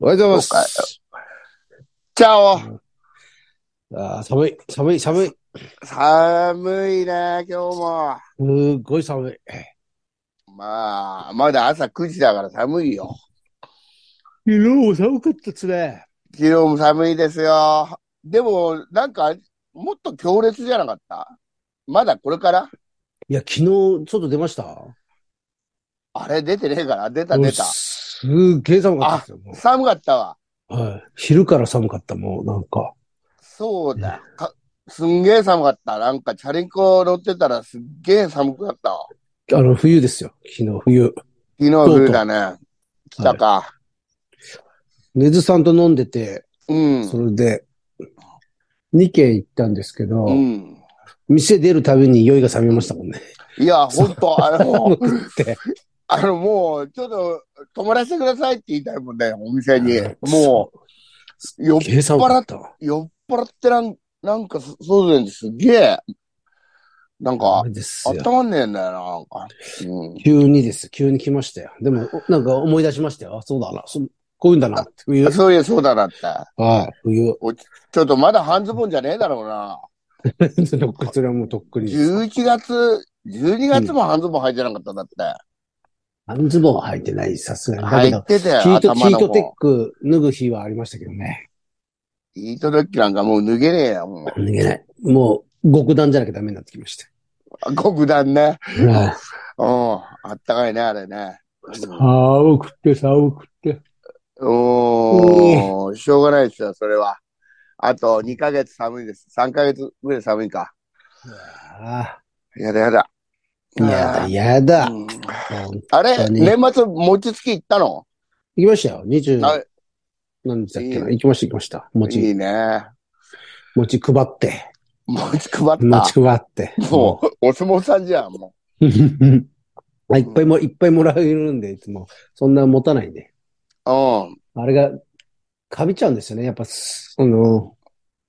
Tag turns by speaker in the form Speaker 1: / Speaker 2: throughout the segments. Speaker 1: おはようございます。チャオ
Speaker 2: あー寒い、寒い、寒い。す
Speaker 1: 寒いね、今日も。
Speaker 2: ーごい寒い。
Speaker 1: まあ、まだ朝9時だから寒いよ。
Speaker 2: 昨日も寒かったっすね。
Speaker 1: 昨日も寒いですよ。でも、なんか、もっと強烈じゃなかったまだこれから
Speaker 2: いや、昨日、外出ました
Speaker 1: あれ、出てねえから出た出た
Speaker 2: もう。すーげえ寒かったっすよ。も
Speaker 1: 寒かったわ。
Speaker 2: うはい。昼から寒かった、もう、なんか。
Speaker 1: そうだ。かすんげえ寒かった。なんか、チャリンコ乗ってたらすっげえ寒くなったわ。
Speaker 2: あの、冬ですよ。昨日、冬。
Speaker 1: 昨日冬だね。来たか。
Speaker 2: 根津さんと飲んでて、
Speaker 1: うん
Speaker 2: そ。れで、2軒行ったんですけど、
Speaker 1: うん。
Speaker 2: 店出るたびに酔いが冷めましたもんね。
Speaker 1: いや、ほんと、あの、
Speaker 2: 寒 くって。
Speaker 1: あの、もう、ちょっと、泊まらせてくださいって言いたいもんね、お店に。も う、よ
Speaker 2: う、計算かった。
Speaker 1: 酔っ払ってなん、なんか、そそうですね、すげえ、なん
Speaker 2: あ
Speaker 1: か、
Speaker 2: れですよ。
Speaker 1: 温まんねえんだよな、なんか。うん。
Speaker 2: 急にです。急に来ましたよ。でも、おなんか思い出しましたよ。あ、そうだな。そこういうんだな。冬。
Speaker 1: そういえ、そうだなって。
Speaker 2: はい。 冬。
Speaker 1: ちょっとまだ半ズボンじゃねえだろうな。
Speaker 2: それはもうとっくにです。
Speaker 1: 11月、12月も半ズボン履いてなかったんだって。
Speaker 2: 半ズボンは履いてない、さすがに。だけど
Speaker 1: 履い、てたよ、
Speaker 2: ヒート、ヒ
Speaker 1: 頭
Speaker 2: ー
Speaker 1: の
Speaker 2: トテッ
Speaker 1: 方。
Speaker 2: ク脱ぐ日はありましたけどね。
Speaker 1: ヒートテックなんかもう脱げねえよ、も
Speaker 2: 脱げない。もう、極段じゃなきゃダメになってきました。
Speaker 1: う。 極暖ね。
Speaker 2: は
Speaker 1: うん。あったかいね、あれね。うん
Speaker 2: 寒くて、寒くて。
Speaker 1: おー、しょうがないですよ、それは。あと2ヶ月寒いです。3ヶ月ぐらい寒いか。
Speaker 2: あ
Speaker 1: やだやだ。
Speaker 2: あ、やだ、
Speaker 1: い
Speaker 2: やだ。
Speaker 1: うん
Speaker 2: うん
Speaker 1: あ
Speaker 2: 本
Speaker 1: れ、
Speaker 2: 当に
Speaker 1: 年末餅つき行ったの
Speaker 2: 行きましたよ。二十、
Speaker 1: あ
Speaker 2: 何日だっけない行きました、行きました。
Speaker 1: い
Speaker 2: 餅、
Speaker 1: いね。
Speaker 2: 餅配って。
Speaker 1: 餅配った
Speaker 2: 餅。配って。
Speaker 1: もう、お相撲さんじゃん、も
Speaker 2: うん。 あいっぱいも、いっぱいもらえるんで、いつも。そんな持たないんで。
Speaker 1: う。うん。
Speaker 2: あれが、かびちゃうんですよね。やっぱ、すあの、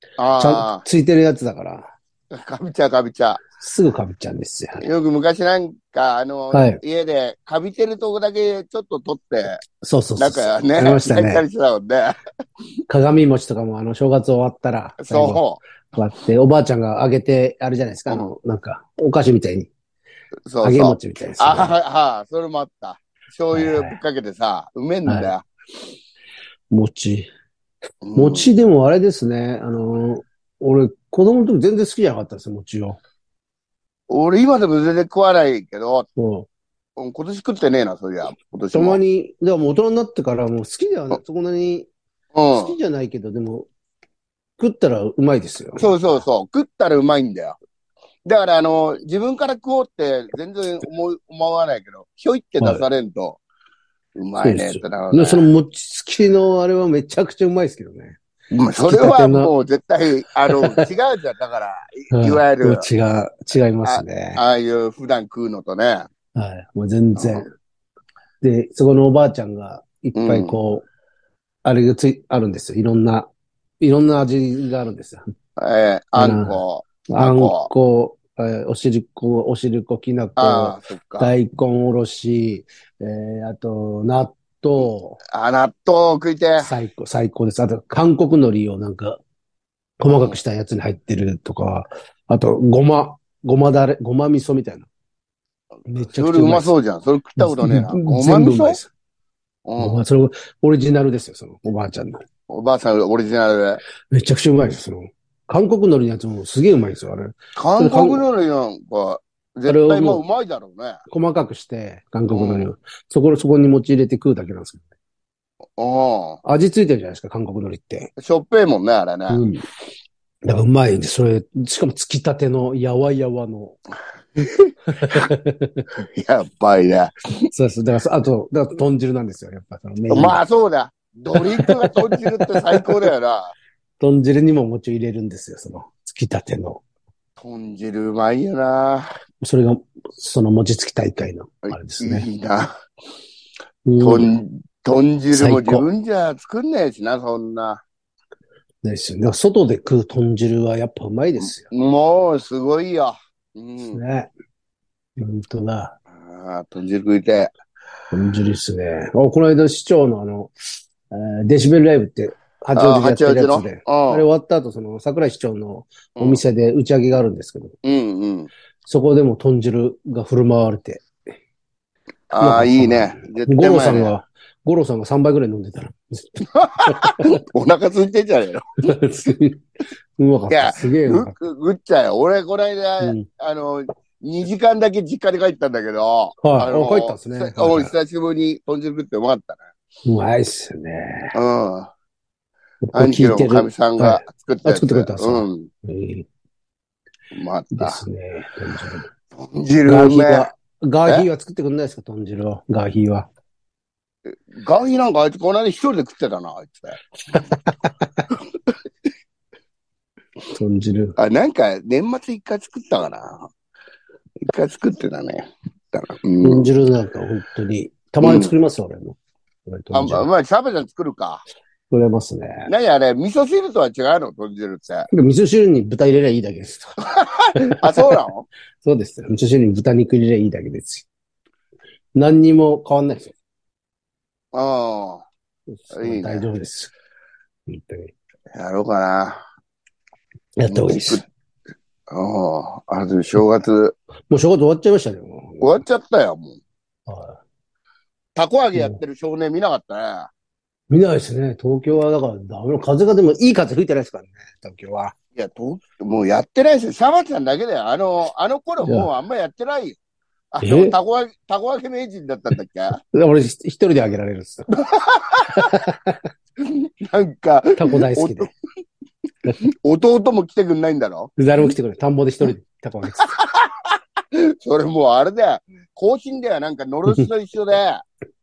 Speaker 2: ちゃん
Speaker 1: あ、
Speaker 2: ついてるやつだから、
Speaker 1: あ、かびちゃかびちゃ。
Speaker 2: すぐかびちゃうんですよ。
Speaker 1: よく昔なんか、あの、
Speaker 2: はい
Speaker 1: 家でかびてるとこだけちょっと取って、
Speaker 2: そうそうそ
Speaker 1: な
Speaker 2: うんそう。
Speaker 1: かね、
Speaker 2: ありました
Speaker 1: やった
Speaker 2: ね。
Speaker 1: りしてたもんね。
Speaker 2: 鏡餅とかも、あの、正月終わったら、最後
Speaker 1: そ
Speaker 2: 割って、おばあちゃんがあげて、あれじゃないですか。あの、なんか、お菓子みたいに、
Speaker 1: う、そ
Speaker 2: 揚
Speaker 1: う
Speaker 2: げ
Speaker 1: そう。
Speaker 2: 餅みたいです、ね。
Speaker 1: ああ、ああ、それもあった。醤油ぶっかけてさ、うめえんだよ。
Speaker 2: 餅。
Speaker 1: うん
Speaker 2: 餅でもあれですね。あの、俺、子供の時全然好きじゃなかったんですよ、餅を。
Speaker 1: 俺今でも全然食わないけど、
Speaker 2: も
Speaker 1: うん今年食ってねえな、そりゃ。今
Speaker 2: う
Speaker 1: 年
Speaker 2: たま
Speaker 1: も。
Speaker 2: に、でも大人になってからもう好きではな
Speaker 1: あ
Speaker 2: い、そんなに好
Speaker 1: う
Speaker 2: きじゃないけど、でも、食ったらうまいですよ
Speaker 1: ん。。そうそうそう。食ったらうまいんだよ。だから、あの、自分から食おうって全然思う思わないけど、ひょいって出されんと、うまいねってなる
Speaker 2: で
Speaker 1: ね、
Speaker 2: その餅つきのあれはめちゃくちゃうまいですけどね。
Speaker 1: まあそれはもう絶対、あの、違うじゃん。だから、いいわゆる、
Speaker 2: 違う、違いますね。
Speaker 1: ああいう普段食うのとね。
Speaker 2: はい。もう全然。で、そこのおばあちゃんがいっぱいこう、あれがつい、あるんですよ。いろんな、いろんな味があるんですよ。
Speaker 1: えー、あんこ。
Speaker 2: あん
Speaker 1: こ。
Speaker 2: こ、えーおしるこ、おしるこ、きな
Speaker 1: あ
Speaker 2: こ、
Speaker 1: あ、そっか。
Speaker 2: 大根おろし、えー、あと、納豆、
Speaker 1: あ、納豆食いてえ。
Speaker 2: 最高、最高です。あと、韓国海苔をなんか、細かくしたやつに入ってるとか、あと、ごま、ごまだれ、ごま味噌みたいな。めちゃ
Speaker 1: そ
Speaker 2: くち
Speaker 1: れ
Speaker 2: ゃ
Speaker 1: うま
Speaker 2: う
Speaker 1: そうじゃん。それ食ったことねえな。
Speaker 2: うん
Speaker 1: ごま
Speaker 2: 全部
Speaker 1: 味
Speaker 2: うまい
Speaker 1: 噌
Speaker 2: です。ご
Speaker 1: うん。
Speaker 2: まそれ、オリジナルですよ、その、おばあちゃんの。
Speaker 1: おばあさんオリジナルで。
Speaker 2: めちゃくちゃうまいです、その。韓国海苔のやつもすげえうまいですよ、あれ。
Speaker 1: 韓国料理なんか、絶対もううまいだろうね。
Speaker 2: 細かくして、韓国海苔を。そこ、そこに持ち入れて食うだけなんですけど。
Speaker 1: う
Speaker 2: 味ついてるじゃないですか、韓国海苔って。
Speaker 1: ん。しょっぺいもんね、あれね。
Speaker 2: うん。だからうまいんで、それ、しかもつきたての、やわやわの。
Speaker 1: やっぱりね。
Speaker 2: そうそう。だからそ、あと、だから豚汁なんですよ。やっぱそのメイン。
Speaker 1: まあそうだ。ドリンクが豚汁って最高だよな。
Speaker 2: 豚汁にも餅を入れるんですよ。その、つきたての。
Speaker 1: 豚汁うまいよな。
Speaker 2: それが、その餅つき大会の、あれですね。
Speaker 1: いいな。
Speaker 2: うん。
Speaker 1: 豚豚汁
Speaker 2: 最
Speaker 1: も自
Speaker 2: 高
Speaker 1: 分じゃ作んねえしな、そんな。
Speaker 2: ですよね。だから外で食う豚汁はやっぱうまいですよ。
Speaker 1: もう、すごいよ。うん。
Speaker 2: ね。本当だ。
Speaker 1: ああ、豚汁食いて
Speaker 2: 豚汁ですね。あこの間市長のあの、えーデシベルライブって、八王子でやってるやつ
Speaker 1: の
Speaker 2: で、。あれ終わった後、その、桜井市長の
Speaker 1: うん
Speaker 2: お店で打ち上げがあるんですけど、
Speaker 1: うんうん。
Speaker 2: そこでも豚汁が振る舞われて、
Speaker 1: ああ、いいね。絶対
Speaker 2: 五郎
Speaker 1: うま
Speaker 2: さ
Speaker 1: い
Speaker 2: ん
Speaker 1: ね。
Speaker 2: が、五郎さんが3杯ぐらい飲んでた ら、
Speaker 1: お腹空いてんじゃねえの
Speaker 2: うまかっ
Speaker 1: いや
Speaker 2: た。すげえうまかっ
Speaker 1: ぐぐっちゃよ。俺、この間、
Speaker 2: た。うん
Speaker 1: あの、2時間だけ実家で帰ったんだけど。
Speaker 2: はい
Speaker 1: あの
Speaker 2: あ帰ったんですね
Speaker 1: さ俺久しぶりに豚汁食ってうまかったね。
Speaker 2: うまいっすね。
Speaker 1: うん。アンキ
Speaker 2: 聞
Speaker 1: ロ
Speaker 2: いて
Speaker 1: の
Speaker 2: る。
Speaker 1: かみさんが
Speaker 2: は
Speaker 1: 作ったやつ。
Speaker 2: あ作ってくれたんですか
Speaker 1: うん。う
Speaker 2: いい
Speaker 1: まかっ
Speaker 2: で
Speaker 1: た。
Speaker 2: すね。豚汁ガー
Speaker 1: 豚汁う
Speaker 2: ヒ
Speaker 1: め
Speaker 2: ー
Speaker 1: え。
Speaker 2: は、ガーヒーは作ってくんないですか、豚汁を。ガーヒーは。
Speaker 1: ガーヒーなんかあいつこの間一人で食ってたな、あいつ。
Speaker 2: 豚汁。
Speaker 1: あ、なんか年末一回作ったかな。一回作ってたね。だからう
Speaker 2: 豚
Speaker 1: ん。
Speaker 2: 汁なんか本当に、たまに作りますよ、俺も。俺豚
Speaker 1: あ、まあ、
Speaker 2: 汁
Speaker 1: まあ、シャバちゃん作るか。
Speaker 2: 作れますね。
Speaker 1: 何あれ、味噌汁とは違うの豚汁って。
Speaker 2: 味噌汁に豚入れりゃいいだけです。
Speaker 1: あ、そうなの
Speaker 2: そうですよ。味噌汁に豚肉入れりゃいいだけですよ。何にも変わんないですよ。
Speaker 1: うん。いいね
Speaker 2: 大丈夫です。本当に。
Speaker 1: やろうかな。
Speaker 2: やった方がいいです。
Speaker 1: うん。あと正月、終
Speaker 2: もう正月終わっちゃいましたね。もう
Speaker 1: わっちゃったよ、もう。
Speaker 2: は
Speaker 1: たこ揚げやってる少年見なかったね。
Speaker 2: い見ないですね。東京はだからダメな風がでもいい風吹いてないですからね、東京は。
Speaker 1: いや、どうもうやってないですよ。シャバちゃんだけだよ。あの、あの頃もうあんまやってないよ。あの、
Speaker 2: え
Speaker 1: たこ揚げ、たこ揚げ名人だったんだっけ
Speaker 2: 俺ひ一人であげられるんですよ。
Speaker 1: なんか、
Speaker 2: タコ大好 きで。
Speaker 1: 弟も来てくんないんだろ
Speaker 2: 誰も来てくれない。田んぼで一人でタコ揚げてた。
Speaker 1: それもうあれだよ。更新だよ。なんか、のろしと一 緒で。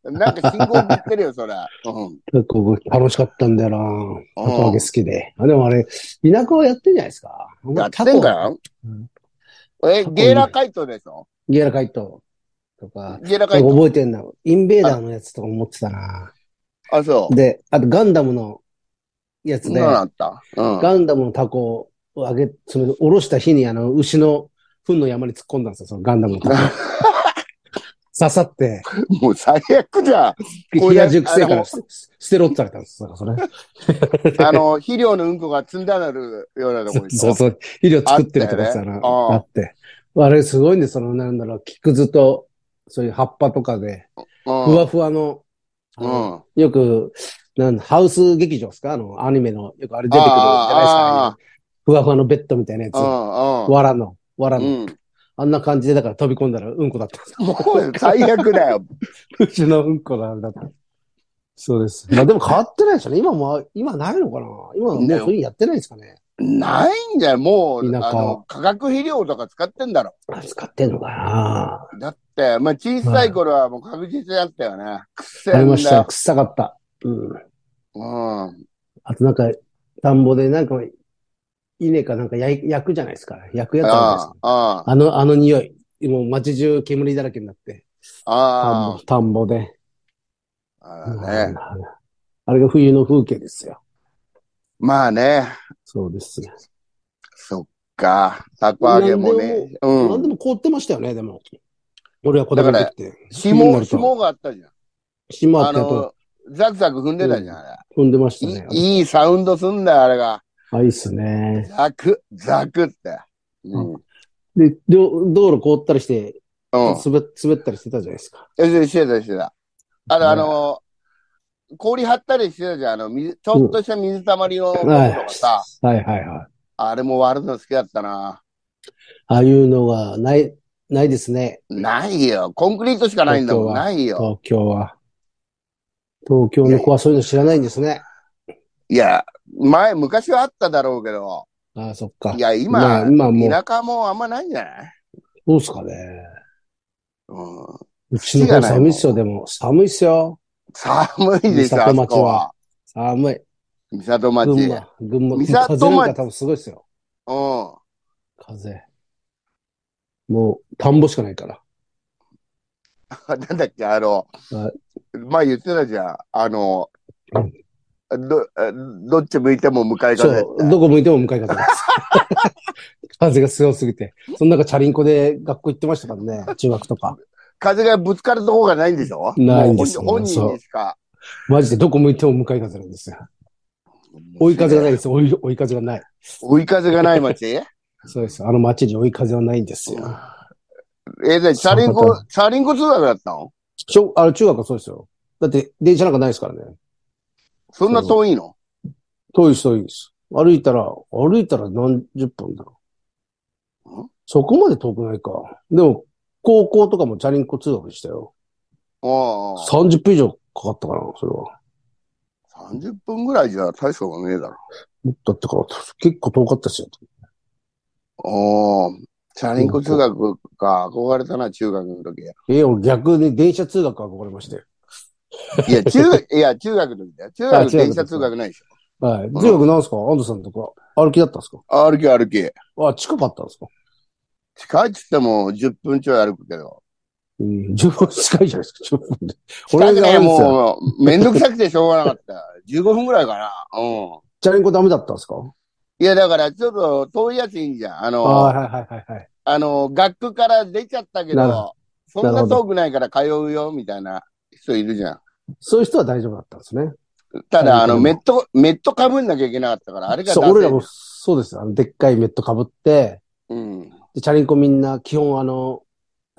Speaker 1: なんか信号切ってるよ、それ。うん。
Speaker 2: 結構楽しかったんだよなタコ揚げ好きで。あでもあれ、田舎はやってんじゃないですか。
Speaker 1: やってんかな
Speaker 2: うん
Speaker 1: え、ゲーラ回答でしょ
Speaker 2: ゲラカイトとか、
Speaker 1: ゲーラ回答。
Speaker 2: 覚えてんな。インベーダーのやつとか持ってたな
Speaker 1: あ、そう。
Speaker 2: で、あとガンダムのや
Speaker 1: そ
Speaker 2: つ
Speaker 1: ん
Speaker 2: で
Speaker 1: な、のあった。うん。
Speaker 2: ガンダムのタコをあげ、その、おろした日にあの、牛の糞の山に突っ込んだんですよ、そのガンダムのタコ。刺さって、
Speaker 1: もう最悪じゃん。
Speaker 2: 冷
Speaker 1: こういう
Speaker 2: や熟成か
Speaker 1: あの
Speaker 2: ら捨て捨てろってされたんです。だからそれ。
Speaker 1: あの、肥料のうんこが積んだなるようなとこでし
Speaker 2: そ
Speaker 1: ょ
Speaker 2: うそう。肥料作ってるとかさ、
Speaker 1: あったよね
Speaker 2: な
Speaker 1: ああ
Speaker 2: あって。あれすごいんですよ、その、なんだろう、木くずと、そういう葉っぱとかで、ふわふわの、あ
Speaker 1: う
Speaker 2: の
Speaker 1: ん。うん。
Speaker 2: よく、なんハウス劇場ですかあの、アニメの、よくあれ出てくるじゃないですか。ああいうふわふわのベッドみたいなやつ。
Speaker 1: う
Speaker 2: わらの、わら
Speaker 1: ん。う
Speaker 2: の。
Speaker 1: ん。うん。
Speaker 2: あんな感じで、だから飛び込んだらうんこだったんです。
Speaker 1: もう最悪だ よ。
Speaker 2: うちのうんこだ、だった。そうです。まあでも変わってないですよね。今も、今ないのかな今はもうそういうのやってないですかね。
Speaker 1: ないんだよ、もう。
Speaker 2: 田舎
Speaker 1: あの、化学肥料とか使ってんだろ。
Speaker 2: あ使ってんのかな
Speaker 1: だって、まあ、小さい頃はもう確実にあったよね。くっせえ
Speaker 2: あり
Speaker 1: ん
Speaker 2: まし
Speaker 1: だ
Speaker 2: た。
Speaker 1: よ。
Speaker 2: 臭かった。うん。
Speaker 1: うん。
Speaker 2: あとなんか、田んぼでなんか、稲かなんか焼い焼くじゃないですか。焼くやつあるじゃないです
Speaker 1: あ
Speaker 2: か。
Speaker 1: あ、ああ、
Speaker 2: あの、あの匂い。もう街中煙だらけになって。田ん
Speaker 1: あ
Speaker 2: ぼ田んぼで。
Speaker 1: あ、ああね。
Speaker 2: あれが冬の風景ですよ。
Speaker 1: まあね。
Speaker 2: そうですね。
Speaker 1: そっか。たこ揚げもね。う
Speaker 2: なんで
Speaker 1: ん。
Speaker 2: も凍ってましたよね、でも。俺は子供の時って。
Speaker 1: 紐、紐があったじゃん。
Speaker 2: 島
Speaker 1: あ
Speaker 2: ってと
Speaker 1: の、ザクザク踏んでたじゃん、あれ。
Speaker 2: 踏んでましたね。
Speaker 1: いいいサウンドすんだよ、あれが。
Speaker 2: あ、いいっすね。
Speaker 1: ザク、ザクって。うん。うん。
Speaker 2: で、道道路凍ったりして、
Speaker 1: よし
Speaker 2: 滑滑ったりしてたじゃないですか。
Speaker 1: よし、してた、してた。あ
Speaker 2: ね
Speaker 1: の、あの、氷張ったりしてたじゃん。あの、水、ちょっとした水たまりのところ
Speaker 2: はい
Speaker 1: とかさ。。
Speaker 2: はいはいはい。
Speaker 1: あれも割るの好きだったな。
Speaker 2: ああいうのがない、ないですね、
Speaker 1: ないよ。コンクリートしかないんだもん。
Speaker 2: 本当は
Speaker 1: ないよ。
Speaker 2: 東京は。東京の子はそういうの知らないんですね。
Speaker 1: いや、前、昔はあっただろうけど。
Speaker 2: ああ、そっか
Speaker 1: い。や、
Speaker 2: ま
Speaker 1: 今
Speaker 2: あ、今もう、
Speaker 1: 田舎もあんまないんじゃない
Speaker 2: どうっすかね。
Speaker 1: うん。
Speaker 2: うちの方寒いっすよ、でも。寒いっすよ。
Speaker 1: 寒いでしょ、あ
Speaker 2: 三郷
Speaker 1: そ
Speaker 2: 町
Speaker 1: こは
Speaker 2: は。寒い。
Speaker 1: 三里町。
Speaker 2: 群馬、群馬。
Speaker 1: 三郷町
Speaker 2: 風なんか多分すごいっすよ。
Speaker 1: うん。
Speaker 2: 風。もう、田んぼしかないから。
Speaker 1: なんだっけ、あの
Speaker 2: は、
Speaker 1: 前言ってたじゃん。あの
Speaker 2: う、
Speaker 1: ど、どっち向いても向かい
Speaker 2: そ
Speaker 1: 風って。
Speaker 2: う、どこ向いても向かい風です。 風が強すぎて。その中、チャリンコで学校行ってましたからね、中学とか。
Speaker 1: 風がぶつかるとこがないんでしょ
Speaker 2: ないですね
Speaker 1: もう本人
Speaker 2: そう
Speaker 1: にしか。
Speaker 2: マジでどこ向いても向かい風なんですよ。追い風がないです。追い追い風がない。
Speaker 1: 追い風がない街
Speaker 2: そうです。あの街に追い風はないんですよ。
Speaker 1: え、で、チャリンコ、チャリンコ通学だったの
Speaker 2: 小、あの、中学はそうですよ。だって、電車なんかないですからね。
Speaker 1: そんな遠いの
Speaker 2: 遠いです、遠いです。歩いたら、歩いたら何十分だろ
Speaker 1: ん
Speaker 2: う。そこまで遠くないか。でも、高校とかもチャリンコ通学でしたよ。
Speaker 1: ああ。
Speaker 2: 30分以上かかったかな、それは。
Speaker 1: 30分ぐらいじゃ大したことねえだろ。
Speaker 2: もっとだってから、結構遠かったですよ。
Speaker 1: おお、チャリンコ通学か、憧れたな、中学の時。
Speaker 2: ええ、俺逆で電車通学憧れましたよ。
Speaker 1: いや、中学、いや、中学の時だよ。中
Speaker 2: あ
Speaker 1: 学
Speaker 2: 中学
Speaker 1: 電車通学ないでしょ。
Speaker 2: はい。
Speaker 1: ん
Speaker 2: 中学なんですか安藤さんとか、歩きだったんですか
Speaker 1: 歩き歩き。
Speaker 2: あ、近かったんですか
Speaker 1: 近いっつっても10分ちょい歩くけど。
Speaker 2: うん、10分近いじゃないですか、10分で。
Speaker 1: 近
Speaker 2: 俺
Speaker 1: く
Speaker 2: があ
Speaker 1: ね、
Speaker 2: れですよ。
Speaker 1: もう、めんどくさくてしょうがなかった。15分ぐらいかな。うん。
Speaker 2: チャリンコダメだったんですか
Speaker 1: いや、だから、ちょっと遠いやついいんじゃん。あ
Speaker 2: あ
Speaker 1: の、
Speaker 2: あ
Speaker 1: あ
Speaker 2: ー、はいはいはいはい。
Speaker 1: の、学区から出ちゃったけ
Speaker 2: なる
Speaker 1: ど、そん
Speaker 2: な
Speaker 1: な
Speaker 2: るほど
Speaker 1: 遠くないから通うよ、みたいな人いるじゃん。
Speaker 2: そういう人は大丈夫だったんですね。
Speaker 1: ただ、あの、
Speaker 2: うん
Speaker 1: メット、メット被んなきゃいけなかったから、あれが
Speaker 2: そう、俺らも
Speaker 1: ダ
Speaker 2: そうです。あの、でっかいメット被って、
Speaker 1: セーうん。
Speaker 2: で、チャリンコみんな、基本あの、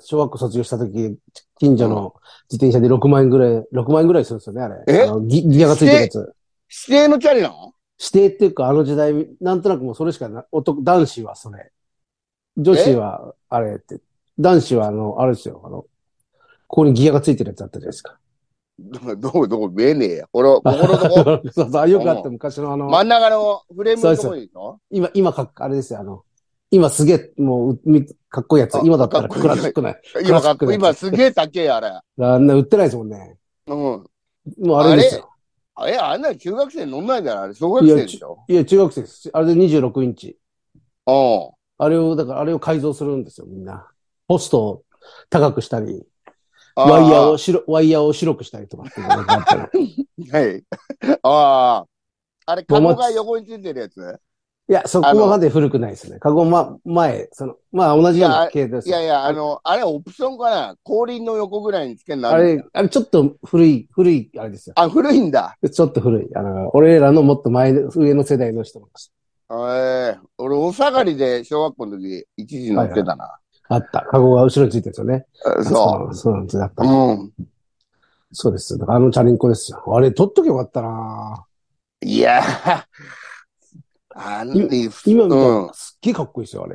Speaker 2: 小学校卒業した時、近所の自転車で6万円ぐらい、6万円ぐらいするんですよね、あれ。
Speaker 1: え
Speaker 2: あのギギアがついてるやつ。
Speaker 1: 指定のチャリなの
Speaker 2: 指定っていうか、あの時代、なんとなくもうそれしかな、男、男子はそれ。女子は、あれって。男子はあの、あれですよ、あの、ここにギアがついてるやつあったじゃないですか。
Speaker 1: どどこ、どこ、見えねえや。俺、ここのとこ、
Speaker 2: そうそう、よくあった昔のあの、
Speaker 1: 真ん中のフレームのとこにいるの
Speaker 2: 今、今かっ、あれですよ、あの、今すげえ、もう、みかっこいいやつ
Speaker 1: あ。
Speaker 2: 今だったら
Speaker 1: かっこいい
Speaker 2: クラシックない。
Speaker 1: 今かっこいい、
Speaker 2: クラシックの
Speaker 1: 今
Speaker 2: や
Speaker 1: すげえ高え、あれ。
Speaker 2: あんな売ってないですもんね。
Speaker 1: うん。
Speaker 2: もうあれですよ。
Speaker 1: あえ、あんなの中学生乗んないだろ、あれ。小学生でしょ
Speaker 2: いや、中学生です。あれで26インチ。
Speaker 1: うん。
Speaker 2: あれを、だからあれを改造するんですよ、みんな。ポストを高くしたり、
Speaker 1: あ
Speaker 2: ワイヤーを白、ワイヤーを白くしたりとかっていうのがあったのい
Speaker 1: はい。 ああ。あれ、カゴ
Speaker 2: ごま
Speaker 1: が
Speaker 2: つ
Speaker 1: 横についてるやつ。
Speaker 2: や、そこまで古くないですね。カゴま、前、その、まあ同じような系です
Speaker 1: い
Speaker 2: よ。
Speaker 1: やいや、あの、あれオプションかな後輪の横ぐらいにつけんの
Speaker 2: あれ、あれちょっと古い、古い、あれですよ。
Speaker 1: あ、古いんだ。
Speaker 2: ちょっと古い。あの、俺らのもっと前の、上の世代の人も
Speaker 1: ええ俺、お下がりで小学校の時、一時乗ってたな。
Speaker 2: あった。カゴが後ろについてるんですよね。
Speaker 1: あそ
Speaker 2: そう。そうなんですよ。やっ
Speaker 1: う。
Speaker 2: ぱ
Speaker 1: うん。
Speaker 2: そうです。だからあのチャリンコですよ。あれ、取っとけばよかったない
Speaker 1: やーあの、
Speaker 2: い今見たら、すっげえかっこいいですよ、あれ。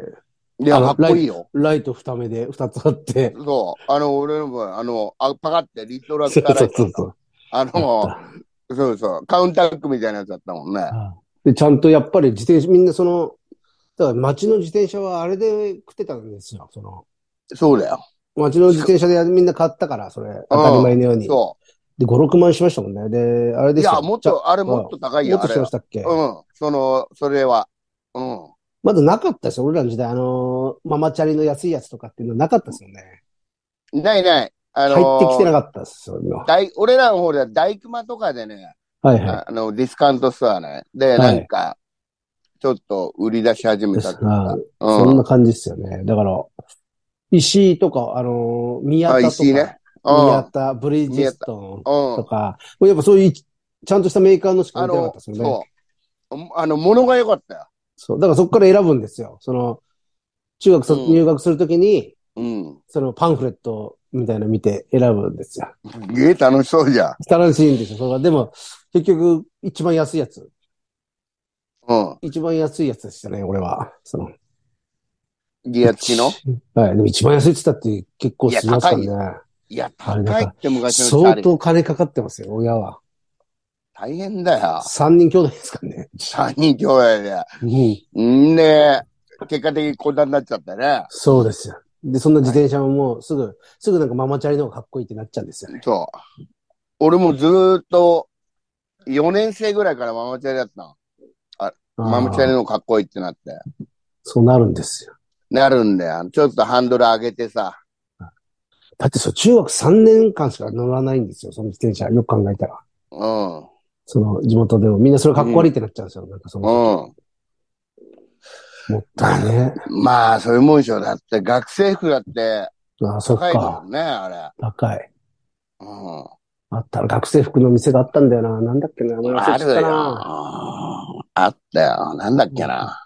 Speaker 1: うん。いや、
Speaker 2: あの
Speaker 1: かっこいいよ。
Speaker 2: ライト二目で二つあって。
Speaker 1: そう。あの、俺の分、あの、あパカってリトラ
Speaker 2: そ
Speaker 1: ス
Speaker 2: う
Speaker 1: か
Speaker 2: そ
Speaker 1: ら
Speaker 2: う、そうそう。
Speaker 1: あの、
Speaker 2: あっ
Speaker 1: そうそう、カウンターックみたいなやつだったもんね
Speaker 2: た。で、ちゃんとやっぱり自転車、みんなその、だから街の自転車はあれで食ってたんですよ。その、
Speaker 1: そうだよ。
Speaker 2: 街の自転車でみんな買ったから、それ。当たり前のように。
Speaker 1: そ
Speaker 2: で、5、6万しましたもんね。で、あれ
Speaker 1: う。
Speaker 2: で
Speaker 1: い
Speaker 2: した
Speaker 1: や、もっと、あれもっと高い
Speaker 2: も
Speaker 1: よ、
Speaker 2: っ
Speaker 1: あ
Speaker 2: と
Speaker 1: れ
Speaker 2: しま
Speaker 1: は。
Speaker 2: したっけ
Speaker 1: うん。その、それは。うん。
Speaker 2: まだなかったですよ。俺らの時代、あのーママチャリの安いやつとかっていうのなかったですよね。
Speaker 1: ないない。あの
Speaker 2: 入ってきてな
Speaker 1: かっ
Speaker 2: かったですよ。今
Speaker 1: た。俺らの方では大熊とかでね、
Speaker 2: はいはい。
Speaker 1: あの、ディスカウントストアね。で、
Speaker 2: はい
Speaker 1: なんか、ちょっと売り出し始め
Speaker 2: で
Speaker 1: た
Speaker 2: す
Speaker 1: という
Speaker 2: あ
Speaker 1: か
Speaker 2: ー。
Speaker 1: う
Speaker 2: そん
Speaker 1: ん。
Speaker 2: な感じですよね。だから、石井とか、あのー、宮田と
Speaker 1: あ
Speaker 2: か、
Speaker 1: 石井ね
Speaker 2: 宮
Speaker 1: う
Speaker 2: 田、ブリヂスト
Speaker 1: ん。
Speaker 2: ン
Speaker 1: うん
Speaker 2: と。か、やっぱそういう、ちゃんとしたメーカーのしか売
Speaker 1: あ
Speaker 2: ってなかっ
Speaker 1: の
Speaker 2: た、ですよね。
Speaker 1: そう。あの、物が良かったよ。
Speaker 2: そう。だからそこから選ぶんですよ。その、中学卒、
Speaker 1: うん
Speaker 2: 入学するときに、
Speaker 1: うん。
Speaker 2: そのパンフレットみたいなの見て選ぶんですよ。
Speaker 1: すげえ楽しそうじゃん。
Speaker 2: 楽しいんですよ。それはでも、結局、一番安いやつ。
Speaker 1: う
Speaker 2: 一番安いやつでしたね、俺は。その。
Speaker 1: ん。ギア付きの
Speaker 2: はい。でも一番安いって言ったって結構しますから
Speaker 1: いや
Speaker 2: ね。
Speaker 1: いや、
Speaker 2: あれだ
Speaker 1: 高いって昔のチャ
Speaker 2: 相
Speaker 1: リ。
Speaker 2: 当金かかってますよ、親は。
Speaker 1: 大変だよ。
Speaker 2: 三人兄弟ですからね。
Speaker 1: 三人兄弟で。
Speaker 2: うん。
Speaker 1: んで、結果的にこんなになっちゃったね。
Speaker 2: そうですよ。で、そんな自転車ももうすぐ、すぐなんかママチャリの方がかっこいいってなっちゃうんですよね。
Speaker 1: そう。俺もずーっと、4年生ぐらいからママチャリだったの。ママチャリ
Speaker 2: あー
Speaker 1: のかっこいいってなって。
Speaker 2: そうなるんですよ。
Speaker 1: なるんだよ。ちょっとハンドル上げてさ。
Speaker 2: だってそう、中学三年間しか乗らないんですよ、その自転車。よく考えたら。
Speaker 1: うん。
Speaker 2: その地元でもみんなそれかっこ悪いってなっちゃうんですよ。なんかその、
Speaker 1: うん。
Speaker 2: もったいね。
Speaker 1: まあ、そういうもんでしょ。だって、学生服だって、
Speaker 2: ああ、そっ
Speaker 1: 高いも
Speaker 2: か。
Speaker 1: んね、あれ。
Speaker 2: 高い。
Speaker 1: うん。
Speaker 2: あったら、学生服の店があったんだよな。なんだっけな。名前忘
Speaker 1: あ
Speaker 2: れちゃっ
Speaker 1: る
Speaker 2: た
Speaker 1: よ
Speaker 2: な。。
Speaker 1: あったよ。なんだっけな。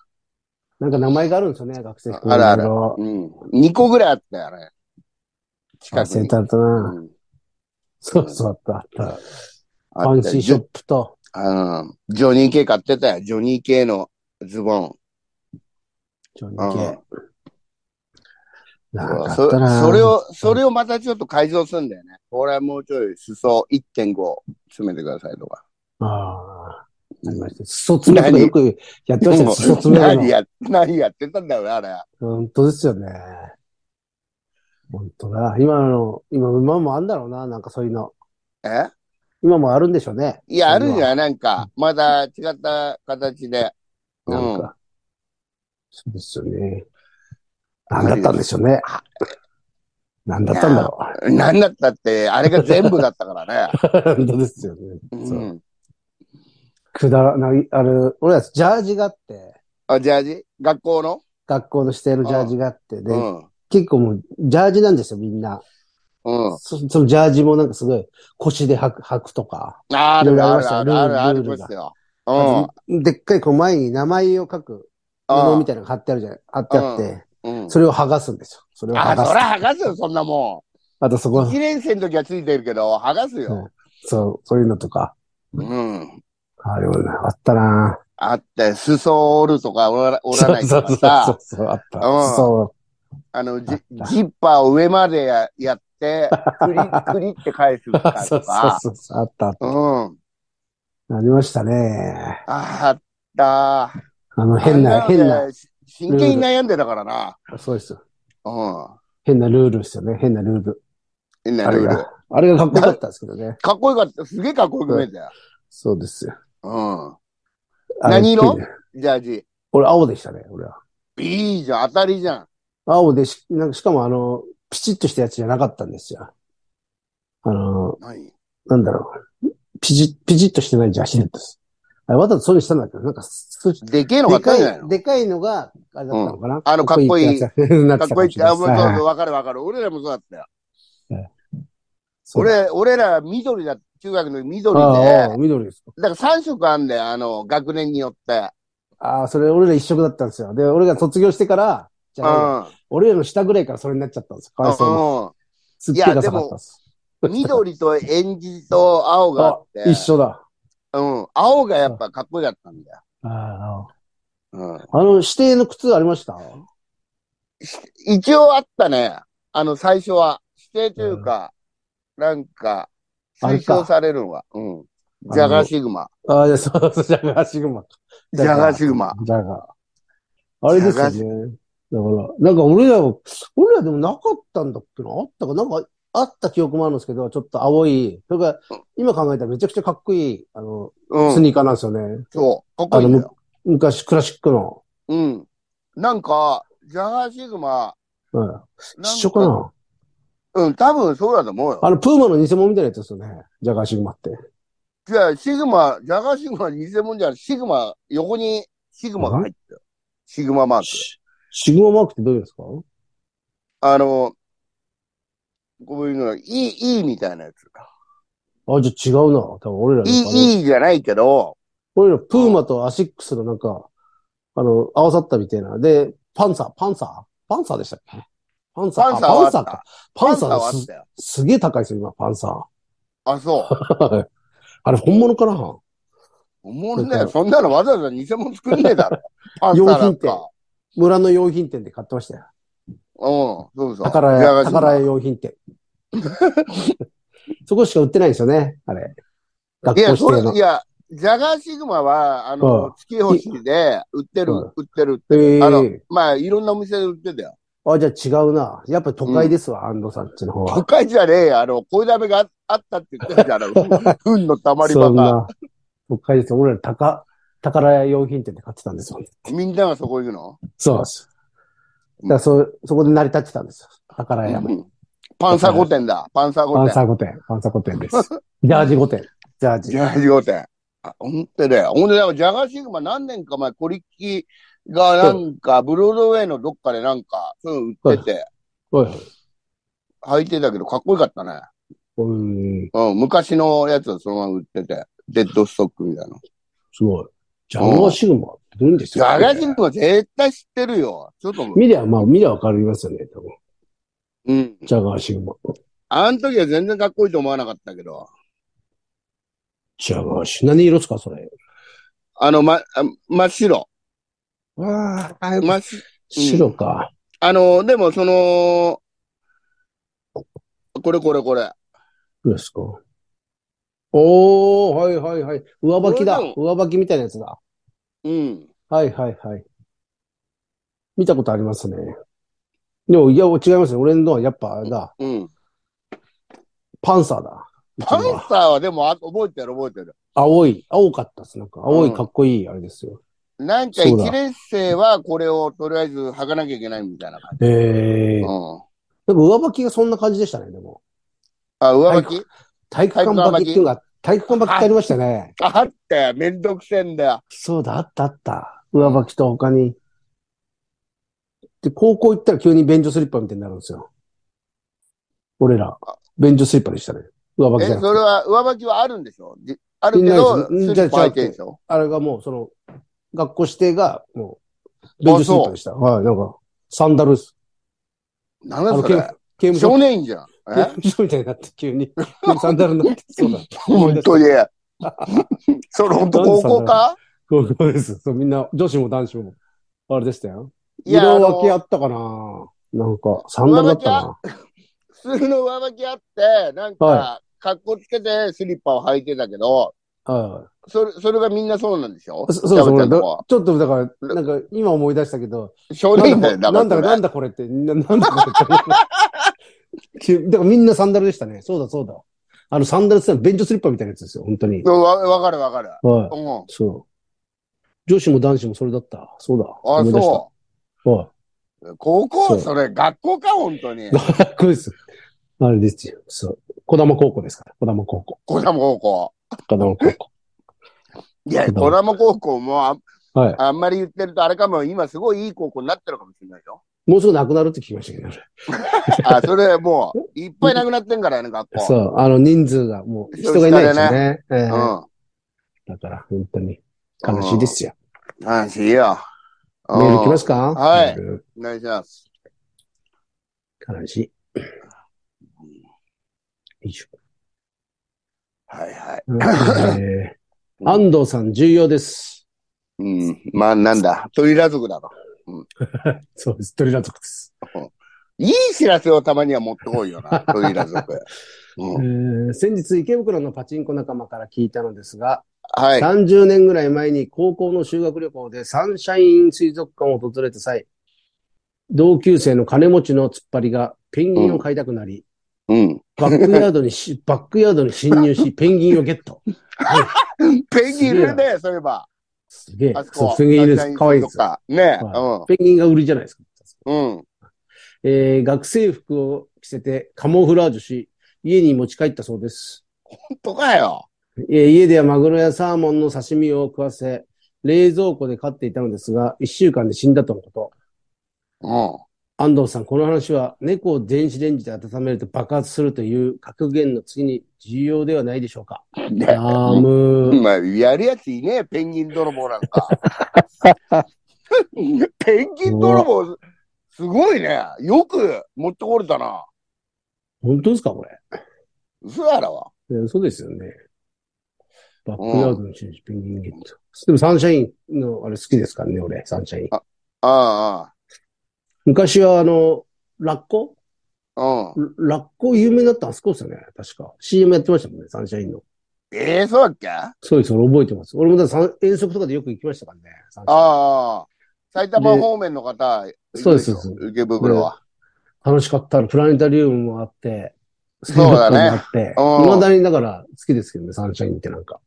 Speaker 2: なんか名前があるんですよね、学生服
Speaker 1: あるある
Speaker 2: いろ
Speaker 1: うん。2個ぐらいあったよね。
Speaker 2: いろ
Speaker 1: 近く
Speaker 2: 忘れ
Speaker 1: に
Speaker 2: ち。ゃったな。
Speaker 1: うん
Speaker 2: そうそう、あった、あった。
Speaker 1: あ
Speaker 2: ファ
Speaker 1: っ
Speaker 2: ン
Speaker 1: た
Speaker 2: シー
Speaker 1: よ
Speaker 2: ショップと。
Speaker 1: うん。ジョニー系買ってたよ。ジョニー系のズボン。
Speaker 2: ジョニ
Speaker 1: う
Speaker 2: ー
Speaker 1: ん
Speaker 2: 系。なんかあ
Speaker 1: そ
Speaker 2: ったな。
Speaker 1: それを、それをまたちょっと改造するんだよね。これはもうちょい裾1.5詰めてくださいとか。
Speaker 2: ああ。ありました。裾詰めとかよくやってましたね、裾詰め
Speaker 1: 何
Speaker 2: の。
Speaker 1: や、何やってたんだろうね、あれ。
Speaker 2: 本当ですよね。本当だ。今の、今、今もあんだろうな、なんかそういうの。
Speaker 1: え
Speaker 2: 今もあるんでしょうね。
Speaker 1: いや、あるんじ
Speaker 2: ん。
Speaker 1: ゃないなんか、まだ違った形で。う
Speaker 2: なん
Speaker 1: ん。
Speaker 2: か。そうですよね。なんだったんでしょうね。なんだったんだろ
Speaker 1: 何だったって、あれが全部だったからね。
Speaker 2: う。本当ですよね。
Speaker 1: う。
Speaker 2: そうんくだらない、あれ、俺らジャージがあって、
Speaker 1: あ、ジャージ学校の
Speaker 2: 学校の指定のジャージがあって、で
Speaker 1: う、ん。
Speaker 2: 結構もう、ジャージなんですよ、みんな。
Speaker 1: うん。
Speaker 2: そそのジャージもなんかすごい、腰で履く、履くとか。
Speaker 1: あ
Speaker 2: いろい
Speaker 1: る
Speaker 2: ろあり
Speaker 1: あ
Speaker 2: まし
Speaker 1: る
Speaker 2: た
Speaker 1: あるあるあ
Speaker 2: ル
Speaker 1: る
Speaker 2: ール
Speaker 1: で
Speaker 2: が
Speaker 1: すよ。うん。
Speaker 2: でっかいこう前に名前を書く布みたいなのが貼ってあるじゃない、貼ってあって、
Speaker 1: うん。
Speaker 2: それを剥がすんですよ。それを剥
Speaker 1: あー、
Speaker 2: が
Speaker 1: そ
Speaker 2: す。
Speaker 1: ら剥がすよ、そんなも
Speaker 2: あとそ
Speaker 1: ん。
Speaker 2: こ、
Speaker 1: 1年生の時はついてるけど、剥がすよ。
Speaker 2: そう、そういうのとか。
Speaker 1: うん。
Speaker 2: あれもねあったな
Speaker 1: あって、裾を折るとか折ら折らない
Speaker 2: そう
Speaker 1: と
Speaker 2: そう
Speaker 1: か
Speaker 2: そう、
Speaker 1: さ
Speaker 2: そう、あった。
Speaker 1: うん
Speaker 2: そ
Speaker 1: あの、ジ
Speaker 2: あった
Speaker 1: ジッパーを上までややって、 クリクリって返す
Speaker 2: う。
Speaker 1: とか
Speaker 2: そうそう
Speaker 1: とか。
Speaker 2: そうそう、あった。
Speaker 1: うん。
Speaker 2: ありましたね。
Speaker 1: あった。
Speaker 2: あの、変な、
Speaker 1: あれ
Speaker 2: 変
Speaker 1: の
Speaker 2: な、
Speaker 1: で。し真剣に悩んでたからな。
Speaker 2: そうですよ。
Speaker 1: うん。
Speaker 2: 変なルールですよね。変なルール。
Speaker 1: 変な
Speaker 2: あれ
Speaker 1: ルール。
Speaker 2: が、あれがかっこよかったですけどね。
Speaker 1: かっこよかった。すげえかっこよく見えたよ。
Speaker 2: そうですよ。
Speaker 1: う
Speaker 2: あれ
Speaker 1: 何色ん。ジャージ。
Speaker 2: 俺、青でしたね、俺は。
Speaker 1: いいじゃん。当たりじゃん。
Speaker 2: 青でし、なんかしかもあの、ピチッとしたやつじゃなかったんですよ。あの、
Speaker 1: 何
Speaker 2: なんだろう。ピチッ、ピチッとしてないジャージだったです。あれ、わざとそうにしたんだけど、なんか、す
Speaker 1: でけえのがあ
Speaker 2: で
Speaker 1: った
Speaker 2: か
Speaker 1: んじゃない
Speaker 2: い、
Speaker 1: の
Speaker 2: でかいのが、あれだったのかな、
Speaker 1: あのかっこいい
Speaker 2: かっこいいってやつ
Speaker 1: か
Speaker 2: な
Speaker 1: って
Speaker 2: たか
Speaker 1: こ い
Speaker 2: も
Speaker 1: いっ、
Speaker 2: してれな
Speaker 1: あ、
Speaker 2: い
Speaker 1: も
Speaker 2: ですはい
Speaker 1: うそう
Speaker 2: はい
Speaker 1: そう、わかるわかる。俺らもそうだったよ。
Speaker 2: そうだ
Speaker 1: 俺、俺ら緑だ、中学の時緑
Speaker 2: あああ
Speaker 1: で、
Speaker 2: あ、緑です。
Speaker 1: だから3色あんだよ、あの、学年によって。
Speaker 2: ああ、それ俺ら一色だったんですよ。で、俺が卒業してから、じ
Speaker 1: う
Speaker 2: ゃあ、
Speaker 1: ん。
Speaker 2: 俺らの下ぐらいからそれになっちゃったんですよ。かわいそうに。
Speaker 1: う
Speaker 2: すっげえダサかったです。
Speaker 1: ん。緑と エンジと青があ
Speaker 2: あ
Speaker 1: っ、て。
Speaker 2: 一緒だ。
Speaker 1: うん。青がやっぱかっこよかったんだよ。
Speaker 2: あ
Speaker 1: うん。
Speaker 2: あの、指定の靴ありました
Speaker 1: 一応あったね。あの、最初は。指定というか、なんか、
Speaker 2: あれ
Speaker 1: 推
Speaker 2: か
Speaker 1: 奨されるのは。うん。ジャガーシグマ。
Speaker 2: ああ、じゃあ、そうそう、ジャガーシグマ。
Speaker 1: ジャガーシグマ。
Speaker 2: ジャガー。あれですよ
Speaker 1: ジ
Speaker 2: ね。だから、なんか俺ら、俺らでもなかったんだっけなあったかなんか、あった記憶もあるんですけど、ちょっと青い。それから、今考えたらめちゃくちゃかっこいい、あの、
Speaker 1: う
Speaker 2: ス
Speaker 1: ん。
Speaker 2: ニーカーなんですよね。
Speaker 1: そう。かっこいいんだよ。
Speaker 2: 昔、クラシックの。
Speaker 1: うん。なんか、ジャガーシグマ、
Speaker 2: うん。
Speaker 1: なん
Speaker 2: 一緒かな
Speaker 1: うん、多分そうだと思うよ。
Speaker 2: あの、プーマの偽物みたいなやつですよね。ジャガーシグマって。
Speaker 1: じゃあ、シグマ、ジャガーシグマは偽物じゃない。シグマ、横にシグマが入ってる。シグママーク。
Speaker 2: シシグママークってどういうんですか
Speaker 1: あの、こういうのが、いい、いいみたいなやつ。
Speaker 2: あ、じゃあ違うな。多分俺らの。
Speaker 1: い
Speaker 2: あの
Speaker 1: い、いいじゃないけど、
Speaker 2: 俺ら、プーマとアシックスのなんか、あの、合わさったみたいな。で、パンサー、パンサーパンサーでしたっけパンサー
Speaker 1: パンサー
Speaker 2: あ
Speaker 1: は
Speaker 2: パ
Speaker 1: あっ
Speaker 2: ン
Speaker 1: た
Speaker 2: サーか。パンサー
Speaker 1: パンはあ
Speaker 2: が
Speaker 1: っ
Speaker 2: す
Speaker 1: たよ。
Speaker 2: すげえ高いですよ、今、パンサ
Speaker 1: あ、そう。
Speaker 2: ー。 あれ、本物かな
Speaker 1: 思うんだよ。そんなのわざわざ偽物作んねえだろ。 パンサーなんか。
Speaker 2: 村の用品店で買ってましたよ。
Speaker 1: うん、そうそう。
Speaker 2: 宝
Speaker 1: ジャガ
Speaker 2: 屋、
Speaker 1: ーシグマ
Speaker 2: 宝屋用品店。 そこしか売ってないんですよね、あれ。学
Speaker 1: い
Speaker 2: 校
Speaker 1: や、そ
Speaker 2: 指定
Speaker 1: れ、
Speaker 2: の
Speaker 1: い。や、ジャガーシグマは、あ
Speaker 2: う
Speaker 1: の
Speaker 2: ん、
Speaker 1: 月星で売ってる
Speaker 2: うん、
Speaker 1: 売ってる。
Speaker 2: ええ
Speaker 1: あのまあ、いろんなお店で売ってたよ。
Speaker 2: あ、じゃあ違うな。やっぱり都会ですわ、安藤さんっちの方は。
Speaker 1: 都会じゃねえよあの、恋だめがああったって言ってたじゃん。運の溜まり
Speaker 2: そ
Speaker 1: 場
Speaker 2: ん
Speaker 1: が。
Speaker 2: な、都会ですよ。俺ら高、宝屋用品店で買ってたんですよ。
Speaker 1: みんながそこ行くの
Speaker 2: そうです。だからそ、そこで成り立ってたんですよ。宝屋も。
Speaker 1: うんパンサー御殿だ。パンサー
Speaker 2: パ
Speaker 1: 御
Speaker 2: ン
Speaker 1: 殿。
Speaker 2: サー御殿。パンサー御殿です。ジャージ御殿。ジャー
Speaker 1: ジ
Speaker 2: ジ。
Speaker 1: ャガーシ御殿。あ、ほんとだよ。ほんで、なんかジャガーシグマ何年か前、コリッキがなんか、ブロードウェイのどっかでなんか、そういうの売ってて、
Speaker 2: おいおい
Speaker 1: 履いてたけど、かっこよかったね。
Speaker 2: うん。
Speaker 1: うん、昔のやつはそのまま売ってて、デッドストックみたいな。
Speaker 2: すごい。ジャガーシグマってどういうんです
Speaker 1: ガ
Speaker 2: か
Speaker 1: ガジンは絶対知ってるよ。ちょっと、
Speaker 2: 見りゃ、まあ、見りゃわかりますよね、多分。
Speaker 1: うん。
Speaker 2: ジャガーシグマ。
Speaker 1: あの時は全然かっこいいと思わなかったけど、
Speaker 2: ジャガーシグマ。何色っすか、それ。
Speaker 1: あの、ま、あ真っ白。
Speaker 2: わあ、
Speaker 1: 真っ白
Speaker 2: 白か。
Speaker 1: あの、でもその、これこれこれ。
Speaker 2: どうですか。おー、はいはいはい。上履きだ
Speaker 1: これで。
Speaker 2: 上履きみたいなやつだ。
Speaker 1: うん。
Speaker 2: はいはいはい。見たことありますね。でも、いや、違いますね。俺のはやっぱ、あれだ。
Speaker 1: うん。
Speaker 2: パンサーだ。
Speaker 1: パンサーはでも、あ覚えてる覚えてる。
Speaker 2: 青い、青かったっす。なんか、青いかっこいい、あれですよ。
Speaker 1: なんか
Speaker 2: そうだ
Speaker 1: 一年生はこれをとりあえず履かなきゃいけないみたいな感
Speaker 2: え
Speaker 1: じ。
Speaker 2: えー。
Speaker 1: うん。
Speaker 2: なんか上履きがそんな感じでしたね、でも。
Speaker 1: あ、上履き、
Speaker 2: 体育館履きっていうか、体育館履きってありましたね。
Speaker 1: あって、めんどくせえんだよ。
Speaker 2: そうだ、あったあった。上履きと他に。で、高校行ったら急に便所スリッパみたいになるんですよ。俺ら、便所スリッパでしたね。上履き
Speaker 1: え、
Speaker 2: じゃなくて
Speaker 1: それは、上履きはあるんでしょじあるけ
Speaker 2: み
Speaker 1: ど、ス
Speaker 2: んなです
Speaker 1: リッパ履いてるでしょ
Speaker 2: あれがもう、その、学校指定が、もう、便所スリッパでした。はい、なんか、サンダルです。
Speaker 1: なん
Speaker 2: あ
Speaker 1: だ
Speaker 2: の、
Speaker 1: そ
Speaker 2: 刑
Speaker 1: れ
Speaker 2: 務刑務所
Speaker 1: 少、年院じゃん。
Speaker 2: 刑
Speaker 1: え
Speaker 2: 務所みたいになって、急 に。サンダルになって、そうだ。
Speaker 1: 本当に。それ本当高校か
Speaker 2: そうそうです。そう、みんな、女子も男子も、あれでしたよ。
Speaker 1: いや、あ
Speaker 2: 色分けあ
Speaker 1: の、
Speaker 2: ったかななんか、サンダルだったな。
Speaker 1: 普通の上履きあって、なんか
Speaker 2: は、
Speaker 1: 格好つけてスリッパを履いてたけど、
Speaker 2: は
Speaker 1: それ、それがみんなそうなんでしょ
Speaker 2: い。そそうそう
Speaker 1: キャ
Speaker 2: 俺だ
Speaker 1: ベツの
Speaker 2: ち
Speaker 1: 子は
Speaker 2: ょっとだから、なんか、今思い出したけど、
Speaker 1: 少
Speaker 2: な
Speaker 1: 年
Speaker 2: ん
Speaker 1: 院だ
Speaker 2: だ
Speaker 1: よ、
Speaker 2: なんだ
Speaker 1: か
Speaker 2: からなんだこれって、ななんだこれって。 急だからみんなサンダルでしたね。そうだそうだ。あの、サンダルってのは便所スリッパみたいなやつですよ、本当に。
Speaker 1: わわかるわかる。
Speaker 2: はい。
Speaker 1: うん。
Speaker 2: そう。女子も男子もそれだった。そうだ。
Speaker 1: あ、
Speaker 2: 思い出した
Speaker 1: そ
Speaker 2: は
Speaker 1: う。高
Speaker 2: そ
Speaker 1: 校、
Speaker 2: う
Speaker 1: それ、学校か、本当 に
Speaker 2: い。。学校です。あれですよ。そう。小玉高校ですから。小玉高校。
Speaker 1: 小玉高校。
Speaker 2: 小玉高校。
Speaker 1: いや、
Speaker 2: 小玉
Speaker 1: 小玉高校もあん、
Speaker 2: はい。
Speaker 1: あんまり言ってると、あれかも、今すごいいい高校になってるかもしれないよ。
Speaker 2: もうすぐなくなるって聞きましたけどね。
Speaker 1: あ、それ、も う、いっぱいなくなってんからね、学
Speaker 2: そ
Speaker 1: 校。
Speaker 2: う。あの、人数がもう、人がいないですよね。ええ
Speaker 1: うん。
Speaker 2: だから、本当に。悲しいですよ。
Speaker 1: 安心よ。
Speaker 2: メール来ますか
Speaker 1: はい
Speaker 2: メール
Speaker 1: お願いします。
Speaker 2: 悲しい。よい しょ。
Speaker 1: はいはい。
Speaker 2: えー安藤さん、重要です。
Speaker 1: うん。まあ、なんだ。トリラ族だろ。
Speaker 2: そうです。トリラ族です。
Speaker 1: いい知らせをたまには持ってこいよな、トリラ族。
Speaker 2: え
Speaker 1: うん、
Speaker 2: ー先日、池袋のパチンコ仲間から聞いたのですが、
Speaker 1: はい。
Speaker 2: 30年ぐらい前に高校の修学旅行でサンシャイン水族館を訪れた際、同級生の金持ちの突っ張りがペンギンを飼いたくなり、
Speaker 1: うん。
Speaker 2: バックヤードに し、バックヤードに侵入し、ペンギンをゲット。
Speaker 1: ペンギンいるね、そういえば。
Speaker 2: すげえ
Speaker 1: あそ。
Speaker 2: そ
Speaker 1: こ
Speaker 2: う、。ペンギンいるんです。かわいいです。
Speaker 1: か。ねえ。
Speaker 2: はペンギンが売りじゃないですか。
Speaker 1: うん。うん。
Speaker 2: えー学生服を着せてカモフラージュし、家に持ち帰ったそうです。
Speaker 1: 本当かよ。
Speaker 2: えー家ではマグロやサーモンの刺身を食わせ、冷蔵庫で飼っていたのですが、一週間で死んだとのこと。
Speaker 1: うん。
Speaker 2: 安藤さん、この話は猫を電子レンジで温めると爆発するという格言の次に重要ではないでしょうか。
Speaker 1: ね
Speaker 2: あーむー。
Speaker 1: まあ、やるやついねえ、ペンギン泥棒なん か。ペンギン泥棒、すごいね。よく持ってこれたな。
Speaker 2: 本当ですか、これ。
Speaker 1: 嘘やろ。
Speaker 2: えーそうですよね。バックヤードの紳士ペンギンゲット。でもサンシャインのあれ好きですからね、俺、サンシャイン。
Speaker 1: あ
Speaker 2: 昔はあの、ラッコ
Speaker 1: あ、ああ。うん。
Speaker 2: ラッコ有名になったあそこですよね、確か。CM やってましたもんね、サンシャインの。
Speaker 1: ええそうだっけあ
Speaker 2: そうです、俺覚えてます。俺もだからサン遠足とかでよく行きましたからね、サンシャイン
Speaker 1: あ。埼玉方面の方、
Speaker 2: そうです
Speaker 1: いる
Speaker 2: そう
Speaker 1: ょ池袋は。
Speaker 2: 楽しかったら、プラネタリウムもあって、
Speaker 1: そうだね
Speaker 2: 水族館もあっ
Speaker 1: うん
Speaker 2: て、未だにだから好きですけどね、サンシャインってなんか。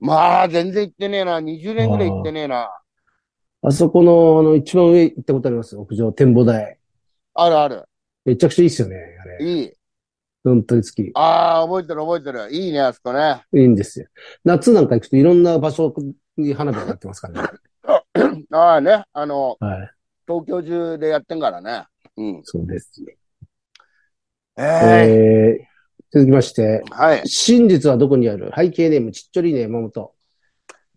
Speaker 1: まあ、全然行ってねえな。20年ぐらい行ってねえな。
Speaker 2: あそこの、あの、一番上行ったことあります屋上、展望台。
Speaker 1: あるある。
Speaker 2: めちゃくちゃいいっすよね、あれ。
Speaker 1: いい。
Speaker 2: 本当に好き。い
Speaker 1: ああ、覚えてる覚えてる。いいね、あそこね。
Speaker 2: いんですよ。夏なんか行くといろんな場所に花火上がってます からね。
Speaker 1: ああね。あの、
Speaker 2: はい。
Speaker 1: 東京中でやってんからね。うん。
Speaker 2: そうです。
Speaker 1: ええ
Speaker 2: えー、続きまして、
Speaker 1: はい。
Speaker 2: 真実はどこにある背景ネーム、ちっちょりね、山本。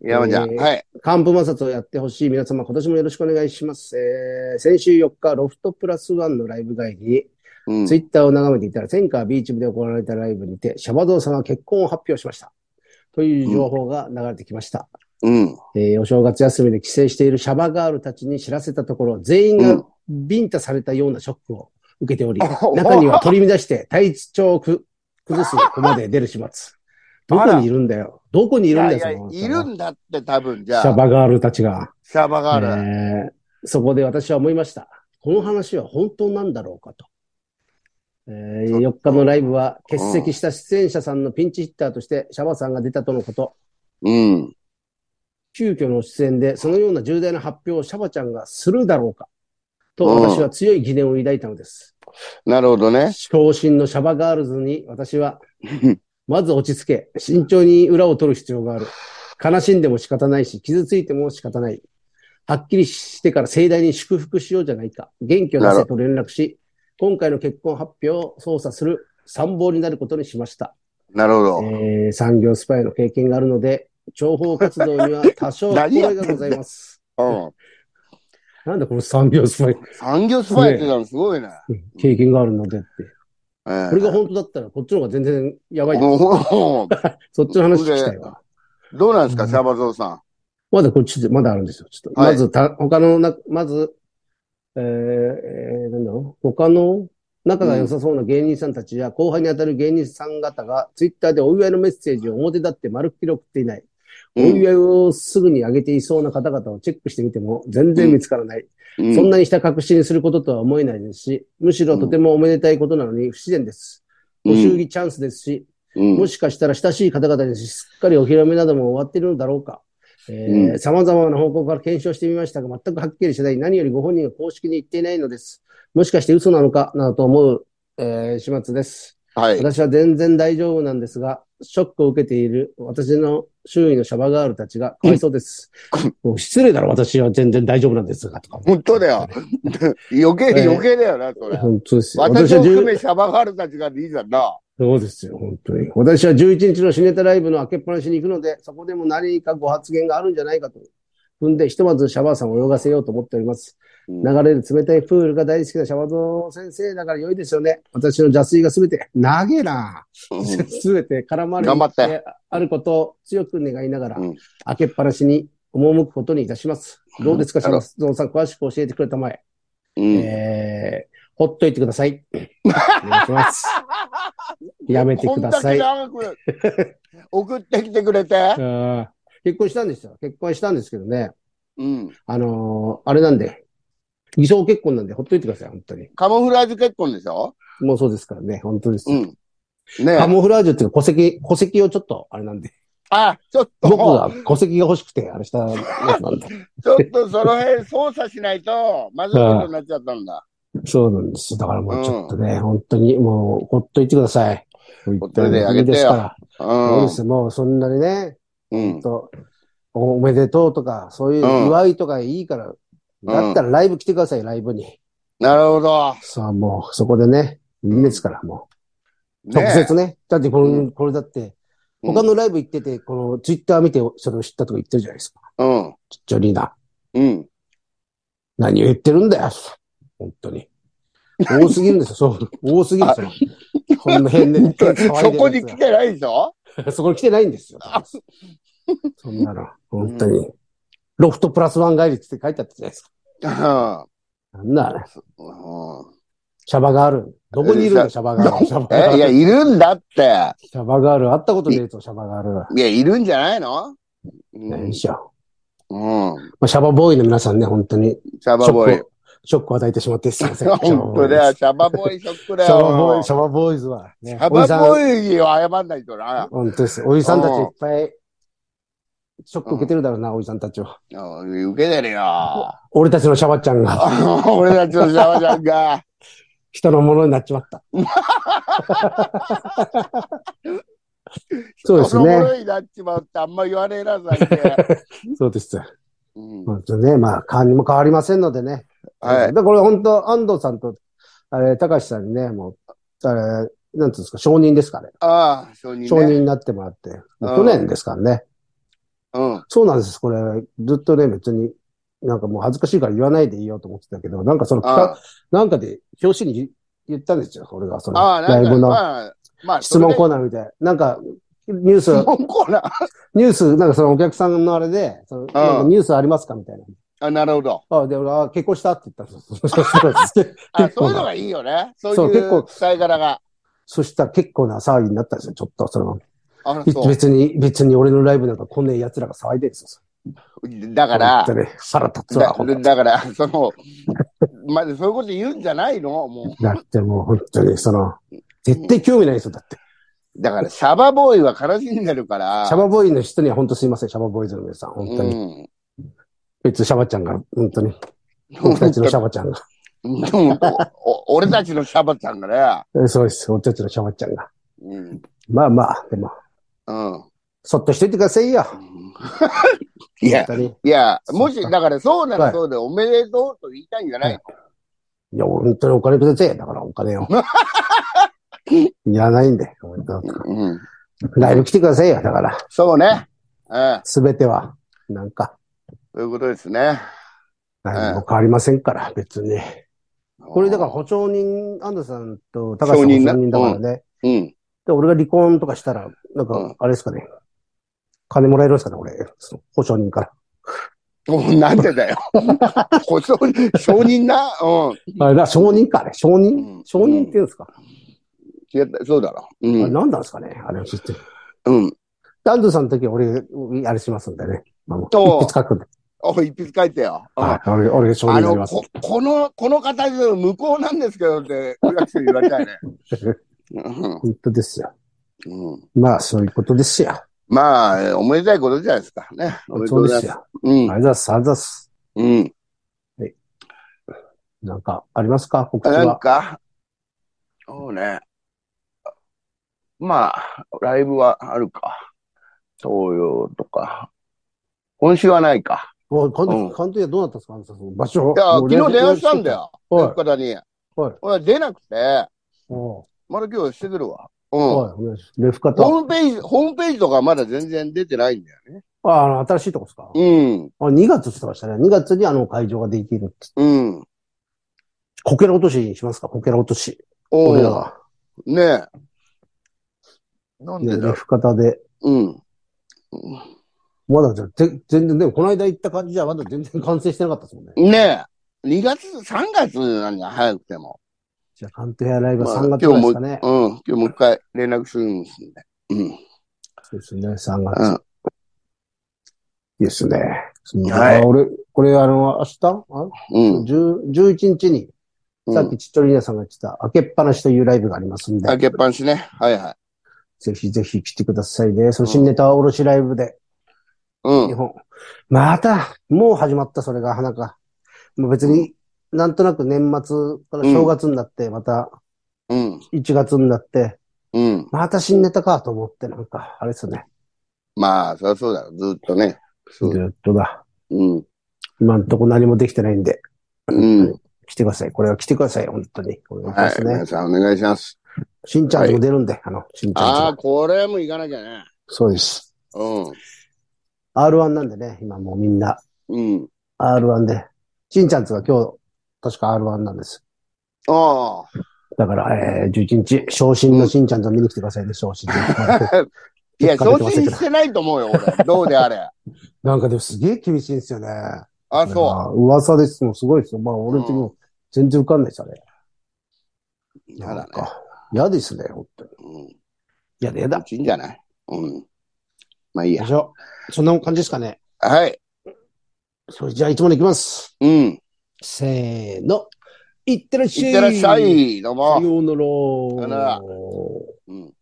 Speaker 1: 山ちゃん。
Speaker 2: えー
Speaker 1: はい。
Speaker 2: 幹部摩擦をやってほしい皆様、今年もよろしくお願いします。えー先週4日、ロフトプラスワンのライブ会議
Speaker 1: うん
Speaker 2: に、ツイッターを眺めていたら、センカービーチ部で行われたライブにて、シャバゾウさんが結婚を発表しました。という情報が流れてきました。
Speaker 1: うん。
Speaker 2: えーお正月休みで帰省しているシャバガールたちに知らせたところ、全員
Speaker 1: う
Speaker 2: が
Speaker 1: ん
Speaker 2: ビンタされたようなショックを受けており、
Speaker 1: あ
Speaker 2: 中には取り乱して体調をく崩す子まで出る始末。どこにいるんだよ。どこにい
Speaker 1: い
Speaker 2: るん
Speaker 1: や
Speaker 2: だよ
Speaker 1: いや、
Speaker 2: その
Speaker 1: いるんだって多分、じゃあ。
Speaker 2: シャバガールたちが。
Speaker 1: シャバガール。
Speaker 2: えーそこで私は思いました。この話は本当なんだろうかと。えー4日のライブは欠席した出演者さんのピンチヒッターとしてシャバさんが出たとのこと。
Speaker 1: うん。
Speaker 2: 急遽の出演でそのような重大な発表をシャバちゃんがするだろうか。と
Speaker 1: うん
Speaker 2: 私は強い疑念を抱いたのです。
Speaker 1: なるほどね。
Speaker 2: 昇進のシャバガールズに私は、まず落ち着け、慎重に裏を取る必要がある。悲しんでも仕方ないし、傷ついても仕方ない。はっきりしてから盛大に祝福しようじゃないか。元気を出せと連絡し、今回の結婚発表を操作する参謀になることにしました。
Speaker 1: なるほど。
Speaker 2: えー産業スパイの経験があるので、諜報活動 には多少
Speaker 1: 何やっ
Speaker 2: 声
Speaker 1: てんだ
Speaker 2: がございます。
Speaker 1: うん。
Speaker 2: なんだこの産業スパイ
Speaker 1: 産業スパイってたのすごいな。
Speaker 2: 経験があるのでって。
Speaker 1: こ
Speaker 2: これが本当だったらこっちの方が全然やばい。
Speaker 1: おー
Speaker 2: そっちの話聞きたいわ。
Speaker 1: どうなんですか、
Speaker 2: うん
Speaker 1: シャバゾウさん。
Speaker 2: まだこっちで、まだあるんですよ。ちょっと。
Speaker 1: はい
Speaker 2: まずた、他のな、まず、えー、えーなんだろう。他の仲が良さそうな芸人さんたちや後輩に当たる芸人さん方が、ツイッターでお祝いのメッセージを表立って丸っきり送っていない。お
Speaker 1: うん
Speaker 2: 祝いをすぐに上げていそうな方々をチェックしてみても全然見つからない。
Speaker 1: うん
Speaker 2: そんなにした確信にすることとは思えないですし、むしろとてもおめでたいことなのに不自然です。
Speaker 1: うん
Speaker 2: ご祝儀チャンスですし、
Speaker 1: うん
Speaker 2: もしかしたら親しい方々にすっかりお披露目なども終わっているのだろうか。え
Speaker 1: う
Speaker 2: ー、様々な方向から検証してみましたが、全くはっきりしない。何よりご本人が公式に言っていないのです。もしかして嘘なのかなどと思う、えー始末です。
Speaker 1: はい。
Speaker 2: 私は全然大丈夫なんですが、ショックを受けている私の周囲のシャバガールたちがかわいそうです。もう失礼だろ、私は全然大丈夫なんですが、とか。
Speaker 1: 本当だよ。
Speaker 2: え
Speaker 1: 余計、
Speaker 2: ー
Speaker 1: 余計だよな、それ。
Speaker 2: 本当ですよ。
Speaker 1: 私を
Speaker 2: は
Speaker 1: 含
Speaker 2: 10
Speaker 1: めシャバガールたちがリーダーだ。
Speaker 2: そうですよ、本当に。私は11日のシネタライブの開けっぱなしに行くので、そこでも何かご発言があるんじゃないかと踏んで、ひとまずシャバーさんを泳がせようと思っております。
Speaker 1: うん
Speaker 2: 流れる冷たいプールが大好きなシャバゾウ先生だから良いですよね。私の邪水がすべて、投げな。すべて絡まれ
Speaker 1: 頑張って
Speaker 2: あることを強く願いながら、
Speaker 1: うん
Speaker 2: 開けっぱなしに赴くことにいたします。どうですか、シャバゾウさん、詳しく教えてくれたまえ。
Speaker 1: うん
Speaker 2: えー、ほっといてください。お願いします。やめて ください。あ
Speaker 1: こんだけ長く 送ってきてくれて。
Speaker 2: ー結婚したんですよ。結婚したんですけどね。
Speaker 1: うん。
Speaker 2: あのーあれなんで。偽装結婚なんで、ほっといてください、本当に。
Speaker 1: カモフラージュ結婚でしょ
Speaker 2: もうそうですからね、本当です
Speaker 1: う
Speaker 2: よ。
Speaker 1: ん。ね
Speaker 2: カ
Speaker 1: え。
Speaker 2: モフラージュっていうか戸籍、戸籍をちょっと、あれなんで。
Speaker 1: あ、ちょっと、
Speaker 2: 僕が戸籍が欲しくて、あれしたやつなんで。
Speaker 1: ちょっとその辺操作しないと、まずいことになっちゃったんだ。
Speaker 2: そうなんです。だからもうちょっとね、本当にもう、ほっといてください。
Speaker 1: ほっといてあ
Speaker 2: い
Speaker 1: げてよ
Speaker 2: いですから。
Speaker 1: う
Speaker 2: そうんです。もうそんなにね、
Speaker 1: うん。
Speaker 2: と、おめでとうとか、そういう
Speaker 1: うん
Speaker 2: 祝いとかいいから、だったらライブ来てください、ライブに。
Speaker 1: なるほど。
Speaker 2: さあもう、そこでね、いいですから、もう。
Speaker 1: ね
Speaker 2: 直接ね。だってこれ、
Speaker 1: うん
Speaker 2: これだって、
Speaker 1: うん
Speaker 2: 他のライブ行ってて、このツイッター見てそれを知ったとか言ってるじゃないですか。
Speaker 1: うん。
Speaker 2: ジョリーナ。
Speaker 1: うん。
Speaker 2: 何を言ってるんだよ。本当に。多すぎるんですよ、そう。多すぎる、その。こんな変で、変で騒い
Speaker 1: そ
Speaker 2: で
Speaker 1: こ
Speaker 2: るや
Speaker 1: に
Speaker 2: つ
Speaker 1: 来てないでしょ
Speaker 2: そこに来てないんですよ。そんなの。本当に。ロフトプラスワン概率って書いてあったじゃないですか。
Speaker 1: う
Speaker 2: な
Speaker 1: ん。
Speaker 2: んだあれ。
Speaker 1: うん
Speaker 2: シャバガール。どこにいるんだ、シャバガール。シャバガー
Speaker 1: え、い
Speaker 2: ル。
Speaker 1: や、いるんだって。
Speaker 2: シャバガール。会ったことねえぞ、シャバガール。
Speaker 1: いや、いるんじゃないのう
Speaker 2: よ
Speaker 1: ん
Speaker 2: い。しょ。
Speaker 1: うん
Speaker 2: まあ、シャバボーイの皆さんね、本当に。
Speaker 1: シャバボーイ
Speaker 2: ショッ。クを、ショックを与えてしまって、すいません。
Speaker 1: 本当だよ、シャバボーイショックだ
Speaker 2: シャバボーイ、
Speaker 1: よ。シ
Speaker 2: シャバボーイズは、ね。
Speaker 1: ャ
Speaker 2: お
Speaker 1: バ
Speaker 2: じさん
Speaker 1: ボーイには謝んないとな。
Speaker 2: 本当です。おじさんたちいっぱい、ショック受けてるだろうな、おじさんたちは。
Speaker 1: うん受けてるよ。
Speaker 2: 俺たちのシャバちゃんが、
Speaker 1: 俺たちのシャバちゃんが。
Speaker 2: 人のものになっちま った。そうです
Speaker 1: おも
Speaker 2: ね。
Speaker 1: ろいなっちまうってあんま言わねえな、最近。
Speaker 2: そうです。
Speaker 1: うん
Speaker 2: 本当ね、まあ、何も変わりませんのでね。
Speaker 1: はい。
Speaker 2: で、これ本当、安藤さんと、あれ、高橋さんにね、もう、あれ、なんていうんですか、承認ですかね。
Speaker 1: ああ、承認ね。
Speaker 2: 承認になってもらって。
Speaker 1: うん
Speaker 2: 去年ですからね。
Speaker 1: うん。
Speaker 2: そうなんです。これ、ずっとね、別に、なんかもう恥ずかしいから言わないでいいよと思ってたけど、なんかその企
Speaker 1: あ
Speaker 2: 画、なんかで表紙に言ったんですよ。俺がそ
Speaker 1: あ、ああ
Speaker 2: の、
Speaker 1: な
Speaker 2: ラ
Speaker 1: ん
Speaker 2: イ
Speaker 1: か、
Speaker 2: ブの
Speaker 1: まあ、まあ、
Speaker 2: 質問コ
Speaker 1: ー
Speaker 2: ーナーみたいな。なんか、ニュース、
Speaker 1: 質問コーナー。
Speaker 2: ニュース、なんかそのお客さんのあれで、そのなんかニュースありますかみたいな。
Speaker 1: あ、なるほど。
Speaker 2: あ、で、俺、あ、結婚したって言ったんですよそうなんです
Speaker 1: あ
Speaker 2: 結構
Speaker 1: そ
Speaker 2: な
Speaker 1: ういうのがいいよね。そう
Speaker 2: そう
Speaker 1: い
Speaker 2: 結構
Speaker 1: う使い方が。
Speaker 2: そしたら結構な騒ぎになったんですよ、ちょっと。その、
Speaker 1: あ、
Speaker 2: い
Speaker 1: そ
Speaker 2: 別に、別に俺のライブなんかこんな奴らが騒いでるんですよ。
Speaker 1: う。
Speaker 2: だ
Speaker 1: だから、
Speaker 2: ね、腹立つわ、
Speaker 1: だ
Speaker 2: ほんと
Speaker 1: だから、その、まずそういうこと言うんじゃないのも
Speaker 2: だってもう本当に、その、絶対興味ないですよ、だって。
Speaker 1: う。だから、シャバボーイは悲しんでるから。
Speaker 2: シャバボーイの人には本当すいません、シャバボーイズの皆さん、本当に。
Speaker 1: うん。
Speaker 2: 別にシャバちゃんが、本 当に。僕たちのシャバちゃんが。
Speaker 1: でもおお俺たちのシャバちゃんがね。
Speaker 2: えそうです、俺たちのシャバちゃんが。
Speaker 1: うん。
Speaker 2: まあまあ、でも、
Speaker 1: うん。
Speaker 2: そっとしといてくださいよ。
Speaker 1: いや、
Speaker 2: 本当に。
Speaker 1: いや、もし、
Speaker 2: そっか
Speaker 1: だからそうな
Speaker 2: は
Speaker 1: ら
Speaker 2: い
Speaker 1: そうで、おめでとうと言いたいんじゃない、
Speaker 2: はいいや、本当にお金ください。だからお金 を。いらないんで。本当
Speaker 1: うん。
Speaker 2: ライブ来てくださいよ。だから、
Speaker 1: そうね。うん。
Speaker 2: すべては、なんか、
Speaker 1: そういうことですね。
Speaker 2: 何も変わりませんから、別に。これだから、補償人、アンドさんと高橋さん
Speaker 1: 証
Speaker 2: 補
Speaker 1: 人な
Speaker 2: 償人だからね。
Speaker 1: うん。
Speaker 2: で、俺が離婚とかしたら、なん
Speaker 1: うん
Speaker 2: か、あれですかね。金もらえるんですかね、俺。その保証人から。
Speaker 1: もうなんでだよ。保証、承認な。うん。
Speaker 2: あれだ、承認か、あれ。承
Speaker 1: う
Speaker 2: 認
Speaker 1: ん
Speaker 2: 承認って言うんですか。
Speaker 1: 違ったそうだろ。う
Speaker 2: あれ
Speaker 1: ん。
Speaker 2: 何なんですかね、あれを知って。
Speaker 1: うん。
Speaker 2: でアンドさんの時は俺、あれしますんでね。あの、
Speaker 1: そう
Speaker 2: いくつ書くんで。
Speaker 1: お、一筆書いてよ。うん
Speaker 2: はい、俺、俺、承認
Speaker 1: あ
Speaker 2: になり
Speaker 1: の、
Speaker 2: ます。
Speaker 1: こ、この、この形の無効なんですけどって、クラクション言われたいね。 うん
Speaker 2: 本当ですよ。
Speaker 1: うん、
Speaker 2: まあ、そういうことですよ。
Speaker 1: まあ、おめでたいことじゃないですか。ね。おめでと
Speaker 2: そうう
Speaker 1: ご
Speaker 2: で
Speaker 1: ざい
Speaker 2: す
Speaker 1: ます。
Speaker 2: よ。
Speaker 1: うん
Speaker 2: あ。りざっす、ありざっす。
Speaker 1: うん。
Speaker 2: なんか、ありますか告知
Speaker 1: なん
Speaker 2: は。
Speaker 1: か、そうね。まあ、ライブはあるか。東洋とか。今週はないか。
Speaker 2: おい、監
Speaker 1: うん
Speaker 2: 督、監督はどうなったんですかあのその場所。
Speaker 1: いや、
Speaker 2: も
Speaker 1: 昨
Speaker 2: う
Speaker 1: 日電話したんだ。よ。
Speaker 2: はい
Speaker 1: お方に。
Speaker 2: はい
Speaker 1: 俺出なくて、
Speaker 2: お
Speaker 1: まだ今日してくるわ。うん。
Speaker 2: い、お願いします。レフカと。
Speaker 1: ホームページ、ホームページとかまだ全然出てないんだよね。
Speaker 2: あ、あの、新しいとこですか
Speaker 1: うん。
Speaker 2: あ、2月って言ってましたね。2月にあの会場ができるって。
Speaker 1: うん。
Speaker 2: こけら落としにしますかこけら落とし。
Speaker 1: お
Speaker 2: 俺ら
Speaker 1: う
Speaker 2: が。
Speaker 1: ねえ。なん
Speaker 2: ね
Speaker 1: でだ
Speaker 2: レフカタで。
Speaker 1: うん。
Speaker 2: まだじゃ、ぜ全然、でもこの間行った感じじゃ、まだ全然完成してなかったですもんね。
Speaker 1: ねえ。2月、3月なんじゃん、早くても。
Speaker 2: じゃあ、監督やライブは
Speaker 1: まあ
Speaker 2: 3月ぐらいですかね。
Speaker 1: うん。今日もう一回連絡するんですんで。うん。
Speaker 2: そうですね、3月。
Speaker 1: うん。
Speaker 2: いいですね。
Speaker 1: はい
Speaker 2: あ俺、これあの、明日あ
Speaker 1: うん。
Speaker 2: 10 11日に、
Speaker 1: うん
Speaker 2: さっきちっちゃりなさんが言ってた、開けっぱなしというライブがありますんで、
Speaker 1: 開けっぱなしね。はいはい。
Speaker 2: ぜひぜひ来てくださいね。その新ネタおろしライブで、
Speaker 1: う
Speaker 2: 日
Speaker 1: ん。
Speaker 2: 本。また、もう始まった、それが、花か。もう別に、なんとなく年末から正月になって、また
Speaker 1: うん。
Speaker 2: 1月になって、
Speaker 1: うん。
Speaker 2: また新ネタかと思って、なんか、あれですよね。
Speaker 1: まあ、そりゃそうだろ。ずっとね。
Speaker 2: ず
Speaker 1: そう。
Speaker 2: っとだ。
Speaker 1: うん。
Speaker 2: 今んとこ何もできてないんで、
Speaker 1: うん。
Speaker 2: 来てください。これは来てください、本当に。お願いしま
Speaker 1: はい。
Speaker 2: すね。
Speaker 1: 皆さんお願いします。
Speaker 2: しんちゃんとも出るんで、あの、しんちゃんと
Speaker 1: あ
Speaker 2: も
Speaker 1: あ、これも行かなきゃね。
Speaker 2: そうです。
Speaker 1: う
Speaker 2: R1 なんでね、今もうみんな、
Speaker 1: ん。うん。
Speaker 2: R1 で。しんちゃんつが今日、確か R1 なんです。
Speaker 1: あ
Speaker 2: だから、えー、11日、昇進のしんちゃんと見に来てくださいね、昇 進。
Speaker 1: あ。いや、
Speaker 2: 結果
Speaker 1: 昇
Speaker 2: 出てましたけど
Speaker 1: 進してないと思うよ、俺。どうであれ。
Speaker 2: なんかでもすげえ厳しいんですよね。。
Speaker 1: あ、そう
Speaker 2: 噂ですもんすごいですよ。まあ、俺的にも全然受かんないですよね。
Speaker 1: う。や
Speaker 2: な
Speaker 1: だ
Speaker 2: ん
Speaker 1: ね。
Speaker 2: か。嫌ですね、本当に。
Speaker 1: うん。
Speaker 2: 嫌だ、嫌
Speaker 1: だ
Speaker 2: だ。
Speaker 1: ちいいんじゃないうん。まあいい
Speaker 2: で
Speaker 1: や。
Speaker 2: しょ。そんな感じですかね。
Speaker 1: はい。
Speaker 2: それじゃあ、いつものいきます。
Speaker 1: うん。い
Speaker 2: せーの。いってらっしゃい。
Speaker 1: ってらっしゃ。い。どう
Speaker 2: さ
Speaker 1: も。
Speaker 2: よう
Speaker 1: さ
Speaker 2: な
Speaker 1: よな
Speaker 2: ら
Speaker 1: ら。うん。